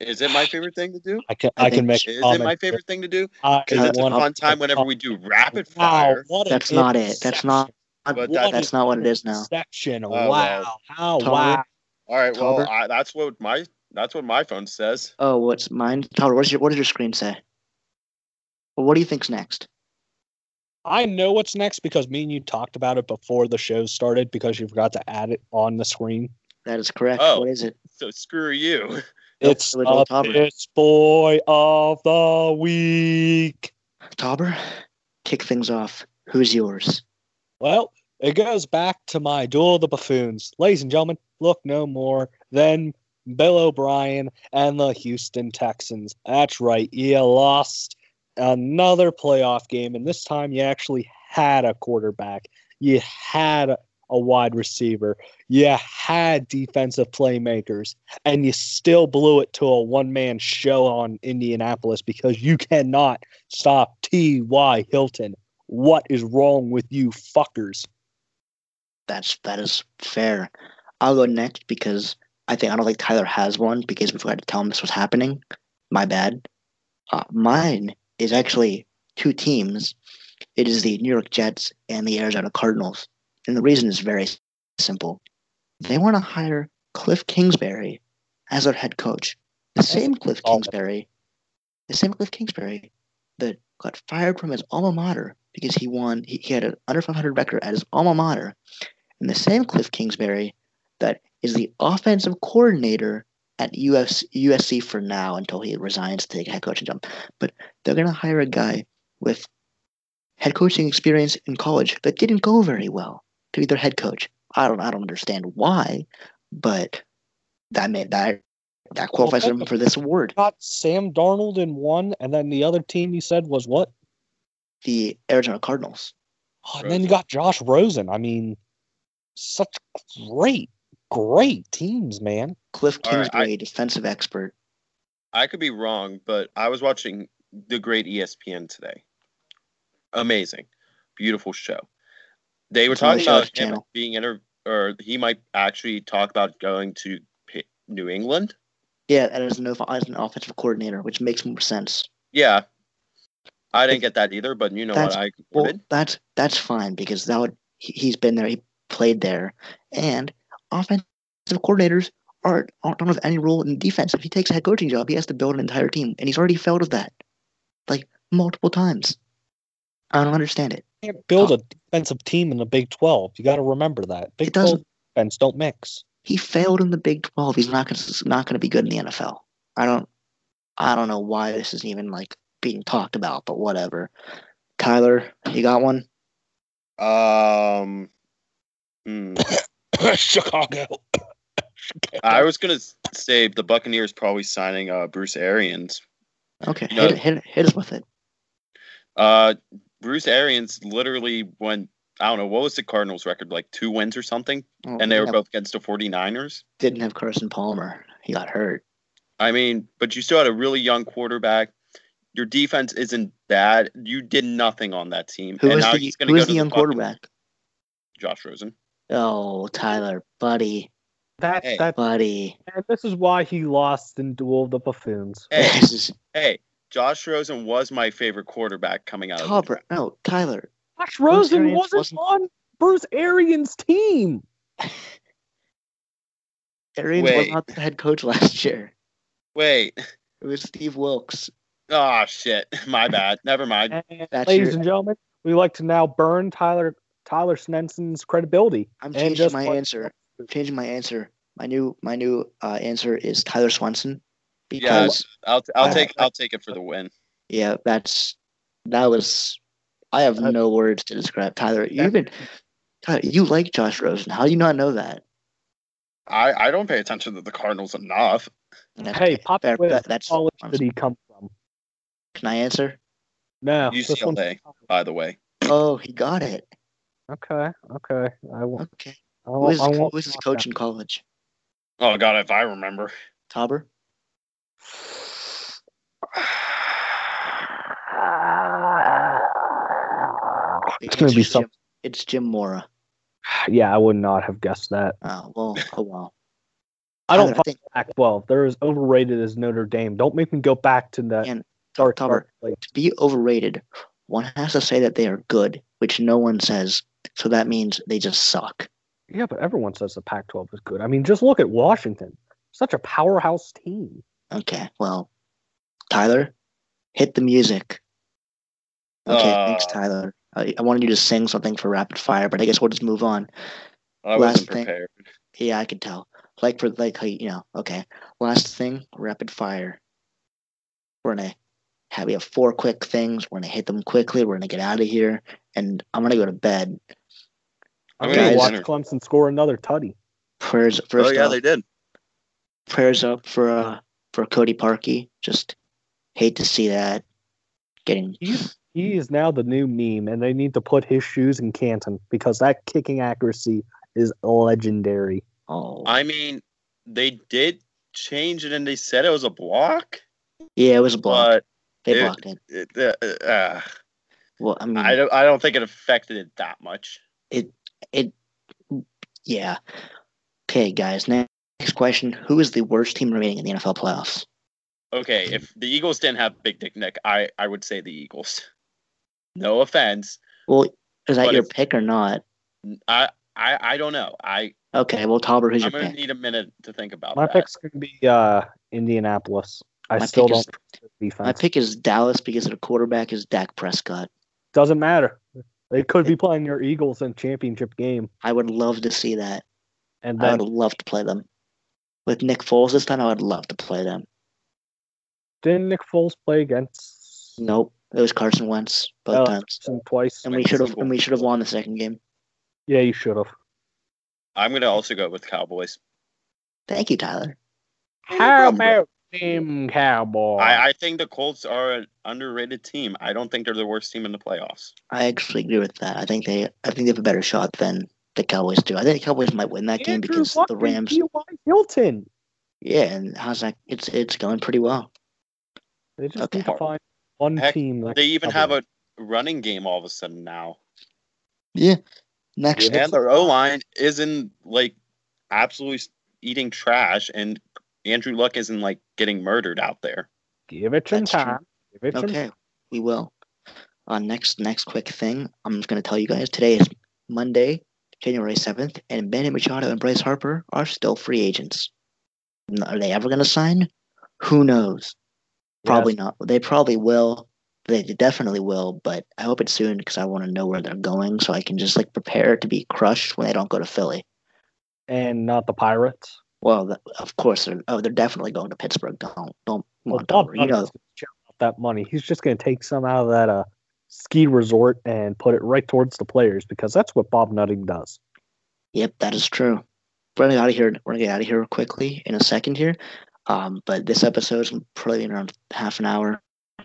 Speaker 3: Is it my favorite thing to do?
Speaker 1: I can
Speaker 2: I
Speaker 1: I can
Speaker 2: think-
Speaker 1: make.
Speaker 3: Is it
Speaker 1: comment
Speaker 3: my
Speaker 1: if
Speaker 3: favorite thing to do?
Speaker 1: I
Speaker 3: Because it's a
Speaker 1: wanna-
Speaker 3: fun time whenever we do rapid fire.
Speaker 1: Wow, what
Speaker 2: That's
Speaker 1: an
Speaker 2: not it. That's not-
Speaker 1: interception.
Speaker 3: But
Speaker 1: What
Speaker 2: that's
Speaker 1: an
Speaker 2: not what it is now.
Speaker 1: Interception.
Speaker 3: well.
Speaker 1: wow. How
Speaker 2: Tyler?
Speaker 1: wow.
Speaker 3: All right, well,
Speaker 2: Tolbert?
Speaker 3: I, that's what my that's what my phone says.
Speaker 2: Oh, what's mine? Tyler, what's your what does your screen say? Well, what do you think's next?
Speaker 1: I know what's next because me and you talked about it before the show started because you forgot to add it on the screen.
Speaker 2: That is correct.
Speaker 3: Oh.
Speaker 2: What is it?
Speaker 3: So screw you.
Speaker 2: Nope,
Speaker 1: It's
Speaker 2: it was on
Speaker 1: a
Speaker 2: top of it.
Speaker 1: pitch boy of the week.
Speaker 2: Tauber, kick things off. Who's yours?
Speaker 1: Well, it goes back to my duel of the buffoons. Ladies and gentlemen, look no more than Bill O'Brien and the Houston Texans. That's right, you lost another playoff game, and this time you actually had a quarterback. You had a a wide receiver. You had defensive playmakers, and you still blew it to a one man show on Indianapolis because you cannot stop T.Y. Hilton. What is wrong with you fuckers?
Speaker 2: That's that is fair. I'll go next because I think I don't think Tyler has one because we forgot to tell him this was happening. My bad. Uh, mine is actually two teams. It is the New York Jets and the Arizona Cardinals, and the reason is very s- simple. They want to hire Cliff Kingsbury as their head coach. The same Cliff
Speaker 1: all.
Speaker 2: Kingsbury, the same Cliff Kingsbury that got fired from his alma mater because he won. He, he had an under 500 record at his alma mater and the same Cliff Kingsbury that is the offensive coordinator at US, USC for now until he resigns to take a head coaching job. But they're going to hire a guy with head coaching experience in college that didn't go very well to be their head coach. I don't I don't understand why, but that made that that qualifies him for this award.
Speaker 1: Got Sam Darnold in one, and then the other team you said was what?
Speaker 2: The Arizona Cardinals.
Speaker 1: Oh, and then you got Josh Rosen. I mean, such great, great teams, man.
Speaker 2: Cliff
Speaker 3: All right, I-
Speaker 2: Kingsbury, defensive expert.
Speaker 3: I could be wrong, but I was watching the great E ESPN today. Amazing, beautiful show. They were
Speaker 2: It's on
Speaker 3: talking
Speaker 2: the
Speaker 3: about him
Speaker 2: Shark Channel.
Speaker 3: being inter, or he might actually talk about going to P- New England.
Speaker 2: Yeah, and as an, off- as an offensive coordinator, which makes more sense.
Speaker 3: Yeah, I didn't get that either, but you know what?
Speaker 2: That's-
Speaker 3: I
Speaker 2: Well,
Speaker 3: did.
Speaker 2: that's that's fine because that would he, he's been there, he played there, and offensive coordinators are aren't don't have any role in defense. If he takes a head coaching job, he has to build an entire team, and he's already failed at that, like multiple times. I don't understand it.
Speaker 1: You can't build a defensive team in the Big 12. You got to remember that. Big
Speaker 2: Uh, It doesn't-
Speaker 1: 12 defense don't mix.
Speaker 2: He failed in the Big Twelve. He's not gonna not gonna be good in the NFL. I don't I don't know why this isn't even like being talked about, but whatever. Tyler, you got one?
Speaker 3: Um, hmm.
Speaker 1: Chicago.
Speaker 3: I was gonna say the Buccaneers probably signing uh, Bruce Arians.
Speaker 2: Okay,
Speaker 3: No.
Speaker 2: hit, hit, hit us with it.
Speaker 3: Uh, Bruce Arians literally went. I don't know what was the Cardinals' record, like two wins or something,
Speaker 2: Well,
Speaker 3: and they were
Speaker 2: yeah,
Speaker 3: both against the 49ers.
Speaker 2: didn't have Carson Palmer. He got hurt.
Speaker 3: I mean, but you still had a really young quarterback. Your defense isn't bad. You did nothing on that team.
Speaker 2: Who is
Speaker 3: now
Speaker 2: the
Speaker 3: he's gonna
Speaker 2: who
Speaker 3: go
Speaker 2: is
Speaker 3: to
Speaker 2: the young
Speaker 3: fucking-
Speaker 2: quarterback?
Speaker 3: Josh Rosen.
Speaker 2: Oh, Tyler, buddy,
Speaker 1: That
Speaker 3: Hey.
Speaker 1: that
Speaker 2: buddy.
Speaker 1: and this is why he lost in Duel of the Buffoons.
Speaker 3: Hey,
Speaker 2: This is
Speaker 3: hey, Josh Rosen was my favorite quarterback coming out of
Speaker 2: Tauber. No, Tyler.
Speaker 1: Josh
Speaker 2: Bruce
Speaker 1: Rosen
Speaker 2: Arians
Speaker 1: wasn't,
Speaker 2: wasn't-
Speaker 1: on Bruce Arians' team.
Speaker 2: Arians was
Speaker 3: Wait.
Speaker 2: not the head coach last year.
Speaker 3: Wait.
Speaker 2: It was Steve Wilkes.
Speaker 3: Oh shit. My bad. Never mind.
Speaker 1: And
Speaker 2: That's
Speaker 1: ladies
Speaker 2: your-
Speaker 1: and gentlemen, we like to now burn Tyler Tyler Snenson's credibility.
Speaker 2: I'm
Speaker 1: And
Speaker 2: changing
Speaker 1: just
Speaker 2: my
Speaker 1: what-
Speaker 2: answer. I'm changing my answer. My new my new uh, answer is Tyler Swenson
Speaker 3: Yeah,
Speaker 2: because
Speaker 3: I'll I'll
Speaker 2: Uh,
Speaker 3: take I'll take it for the win.
Speaker 2: yeah, that's that was. I have
Speaker 1: Uh,
Speaker 2: no words to describe Tyler. You even Tyler, you like Josh Rosen. How do you not know that?
Speaker 3: I I don't pay attention to the Cardinals enough.
Speaker 2: That's
Speaker 1: Hey, Pop
Speaker 2: fair,
Speaker 1: Quiz,
Speaker 2: that- that's
Speaker 1: college
Speaker 2: I'm
Speaker 1: did he come from?
Speaker 2: Can I answer?
Speaker 1: No, this one's-
Speaker 3: UCLA, by the way.
Speaker 2: Oh, he got it.
Speaker 1: Okay, okay. I won't.
Speaker 2: Okay.
Speaker 1: I
Speaker 2: Who is,
Speaker 1: won't, I
Speaker 2: who
Speaker 1: won't
Speaker 2: is his
Speaker 1: knock
Speaker 2: coach
Speaker 1: that.
Speaker 2: in college?
Speaker 3: Oh god, if I remember.
Speaker 2: Tauber?
Speaker 1: It's gonna be
Speaker 2: Answer's Jim-
Speaker 1: some.
Speaker 2: It's Jim Mora.
Speaker 1: Yeah, I would not have guessed that.
Speaker 2: Oh well. Oh well.
Speaker 1: I don't
Speaker 2: Tyler,
Speaker 1: follow Pac-12. They're as overrated as Notre Dame. Don't make me go back to that.
Speaker 2: And
Speaker 1: dark,
Speaker 2: Tauber,
Speaker 1: dark place.
Speaker 2: to be overrated, one has to say that they are good, which no one says. So that means they just suck.
Speaker 1: Yeah, but everyone says the Pac-12 is good. I mean, just look at Washington. Such a powerhouse team.
Speaker 2: Okay, well, Tyler, hit the music. Okay, thanks,
Speaker 3: Uh,
Speaker 2: Tyler. I, I wanted you to sing something for rapid fire, but I guess we'll just move on.
Speaker 3: I
Speaker 2: Last
Speaker 3: wasn't
Speaker 2: thing.
Speaker 3: prepared.
Speaker 2: Yeah, I can tell. Like for like, how you you know. Okay, last thing, rapid fire. We're gonna have we have four quick things. We're gonna hit them quickly. We're gonna get out of here, and I'm gonna go to bed.
Speaker 1: I'm
Speaker 2: Okay,
Speaker 1: going to
Speaker 2: guys.
Speaker 1: watch Clemson score another tutty.
Speaker 2: Prayers
Speaker 3: Oh
Speaker 2: first.
Speaker 3: yeah,
Speaker 2: off,
Speaker 3: they did.
Speaker 2: prayers up for uh for Cody Parkey. Just hate to see that getting
Speaker 1: He's, he is now the new meme, and they need to put his shoes in Canton because that kicking accuracy is legendary.
Speaker 2: oh
Speaker 3: I mean, they did change it and they said it was a block,
Speaker 2: yeah, it was a block.
Speaker 3: but
Speaker 2: they
Speaker 3: it-
Speaker 2: blocked it.
Speaker 3: it, uh, uh,
Speaker 2: Well, I mean,
Speaker 3: I don't I don't think it affected it that much.
Speaker 2: yeah. Okay, guys. Next, next question: Who is the worst team remaining in the NFL playoffs?
Speaker 3: Okay, if the Eagles didn't have Big Dick Nick, I I would say the Eagles. No offense,
Speaker 2: Well, is that
Speaker 3: But
Speaker 2: your
Speaker 3: it's-
Speaker 2: pick or not?
Speaker 3: I I, I don't know. I
Speaker 2: Okay, well, Tauber, who's
Speaker 3: I'm
Speaker 2: your
Speaker 3: gonna
Speaker 2: pick?
Speaker 3: need a minute to think about
Speaker 1: My
Speaker 3: that.
Speaker 1: pick's going to be uh, Indianapolis. I
Speaker 2: My
Speaker 1: still
Speaker 2: pick
Speaker 1: don't
Speaker 2: is-
Speaker 1: trust their
Speaker 2: My
Speaker 1: defense.
Speaker 2: pick is Dallas because their quarterback is Dak Prescott.
Speaker 1: Doesn't matter. They could be playing your Eagles in championship game,
Speaker 2: I would love to see that.
Speaker 1: and
Speaker 2: I would
Speaker 1: then
Speaker 2: love to play them. With Nick Foles this time, I would love to play them.
Speaker 1: didn't Nick Foles play against
Speaker 2: Nope, it was Carson Wentz both
Speaker 1: Oh.
Speaker 2: times.
Speaker 1: him twice?
Speaker 2: And we
Speaker 3: Like,
Speaker 2: should have
Speaker 3: people-
Speaker 2: and we should have won the second game.
Speaker 1: Yeah, you should have.
Speaker 3: I'm gonna also go with Cowboys.
Speaker 2: Thank you, Tyler.
Speaker 1: How about them Cowboys?
Speaker 3: I, I think the Colts are an underrated team. I don't think they're the worst team in the playoffs.
Speaker 2: I actually agree with that. I think they I think they have a better shot than the Cowboys do. I think the Cowboys might win that game
Speaker 1: Andrew
Speaker 2: because
Speaker 1: Luck
Speaker 2: the
Speaker 1: and
Speaker 2: Rams
Speaker 1: T.Y. Hilton.
Speaker 2: Yeah, and how's that it's it's going pretty well.
Speaker 1: They just
Speaker 2: Okay.
Speaker 1: need to find one
Speaker 3: Heck,
Speaker 1: team. that-
Speaker 3: They even have a running game all of a sudden now,
Speaker 2: Yeah. Next
Speaker 3: and their O line isn't like absolutely eating trash, and Andrew Luck isn't like getting murdered out there.
Speaker 1: give it some
Speaker 2: That's true.
Speaker 1: time. Give it some
Speaker 2: Okay, we will. Uh, next next quick thing, I'm just gonna tell you guys today is Monday, January seventh, and Benny Machado and Bryce Harper are still free agents. N- Are they ever gonna sign? Who knows? Probably not. They probably will. They definitely will, but I hope it's soon because I want to know where they're going so I can just like prepare to be crushed when they don't go to Philly.
Speaker 1: and not the Pirates.
Speaker 2: Well, th- of course they're. Oh, they're definitely going to Pittsburgh. Don't don't come
Speaker 1: Well,
Speaker 2: on,
Speaker 1: Bob
Speaker 2: Dover. You know,
Speaker 1: Duncan's gonna shell out that money. He's just going to take some out of that uh ski resort and put it right towards the players because that's what Bob Nutting does.
Speaker 2: Yep, that is true. We're gonna get out of here. We're gonna get out of here quickly in a second here. Um, but this episode's probably in around half an hour,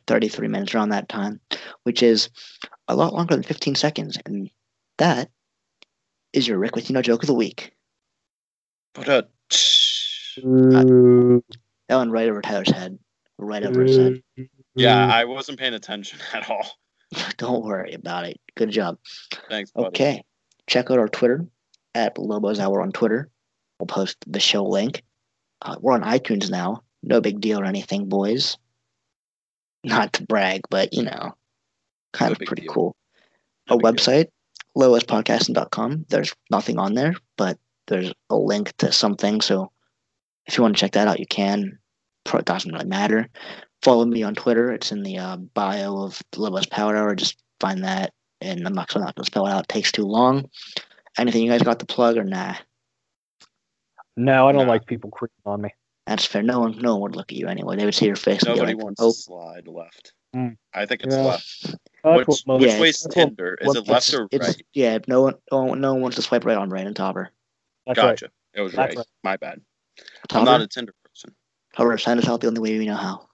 Speaker 2: thirty-three minutes around that time, which is a lot longer than fifteen seconds. And that is your Rick with you know joke of the week.
Speaker 3: But uh,
Speaker 2: That one right over Tyler's head, right over his head.
Speaker 3: yeah,
Speaker 1: Mm.
Speaker 3: I wasn't paying attention at all.
Speaker 2: Don't worry about it. Good job.
Speaker 3: Thanks, buddy.
Speaker 2: Okay. Check out our Twitter at Lobos Hour on Twitter. We'll post the show link. Uh, we're on iTunes now. No big deal or anything, boys. Not to brag, but you know, kind
Speaker 3: No
Speaker 2: of
Speaker 3: big
Speaker 2: pretty
Speaker 3: deal.
Speaker 2: cool.
Speaker 3: No
Speaker 2: Our
Speaker 3: big deal.
Speaker 2: website, lobospodcasting.com. There's nothing on there, but there's a link to something. So if you want to check that out, you can. Pro- It doesn't really matter. Follow me on Twitter. It's in the uh, bio of the Lobos Power Hour. Just find that. And I'm not, I'm not going to spell it out. It takes too long. Anything you guys got to plug or nah?
Speaker 1: No, I don't
Speaker 3: Nah.
Speaker 1: like people creeping on me.
Speaker 2: That's fair. No one, no one would look at you anyway. They would see your face. and be
Speaker 3: Nobody
Speaker 2: like,
Speaker 3: wants
Speaker 2: Oh,
Speaker 3: to slide left.
Speaker 1: Mm.
Speaker 3: I think it's
Speaker 1: Yeah.
Speaker 3: left.
Speaker 1: That's
Speaker 3: Which-
Speaker 1: what most-
Speaker 3: Which
Speaker 2: Yeah,
Speaker 3: way's
Speaker 1: that's what-
Speaker 3: Tinder? Is
Speaker 1: what-
Speaker 3: it left
Speaker 2: it's-
Speaker 3: or
Speaker 2: it's-
Speaker 3: right?
Speaker 2: Yeah, no one, no one, no one wants to swipe right on Brandon Topper.
Speaker 1: that's
Speaker 3: Gotcha. It was
Speaker 1: That's
Speaker 3: right.
Speaker 1: right.
Speaker 3: My bad.
Speaker 2: Topper,
Speaker 3: I'm not a Tinder person.
Speaker 2: Topper, sign us out the only way we know how.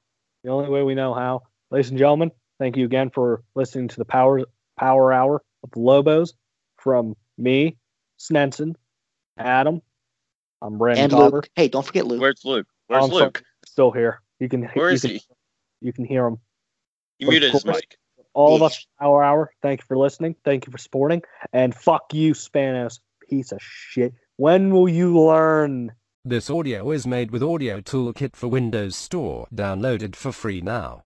Speaker 1: The only way we know how. Ladies and gentlemen, thank you again for listening to the Power Power Hour of the Lobos from me, Snenson, Adam. I'm Brandon
Speaker 2: And
Speaker 1: Tauber.
Speaker 2: Luke. Hey, don't forget Luke.
Speaker 3: Where's Luke? Where's
Speaker 1: I'm sorry.
Speaker 3: Luke?
Speaker 1: Still here. You can
Speaker 3: Where
Speaker 1: you
Speaker 3: is
Speaker 1: can,
Speaker 3: he?
Speaker 1: You can hear him.
Speaker 3: He
Speaker 1: Of
Speaker 3: muted his
Speaker 1: course.
Speaker 3: mic.
Speaker 1: All of
Speaker 2: Yeah.
Speaker 1: us, Power Hour. Thank you for listening. Thank you for supporting. And fuck you, Spanos, piece of shit. When will you learn?
Speaker 4: This audio is made with Audio Toolkit for Windows Store, downloaded for free now.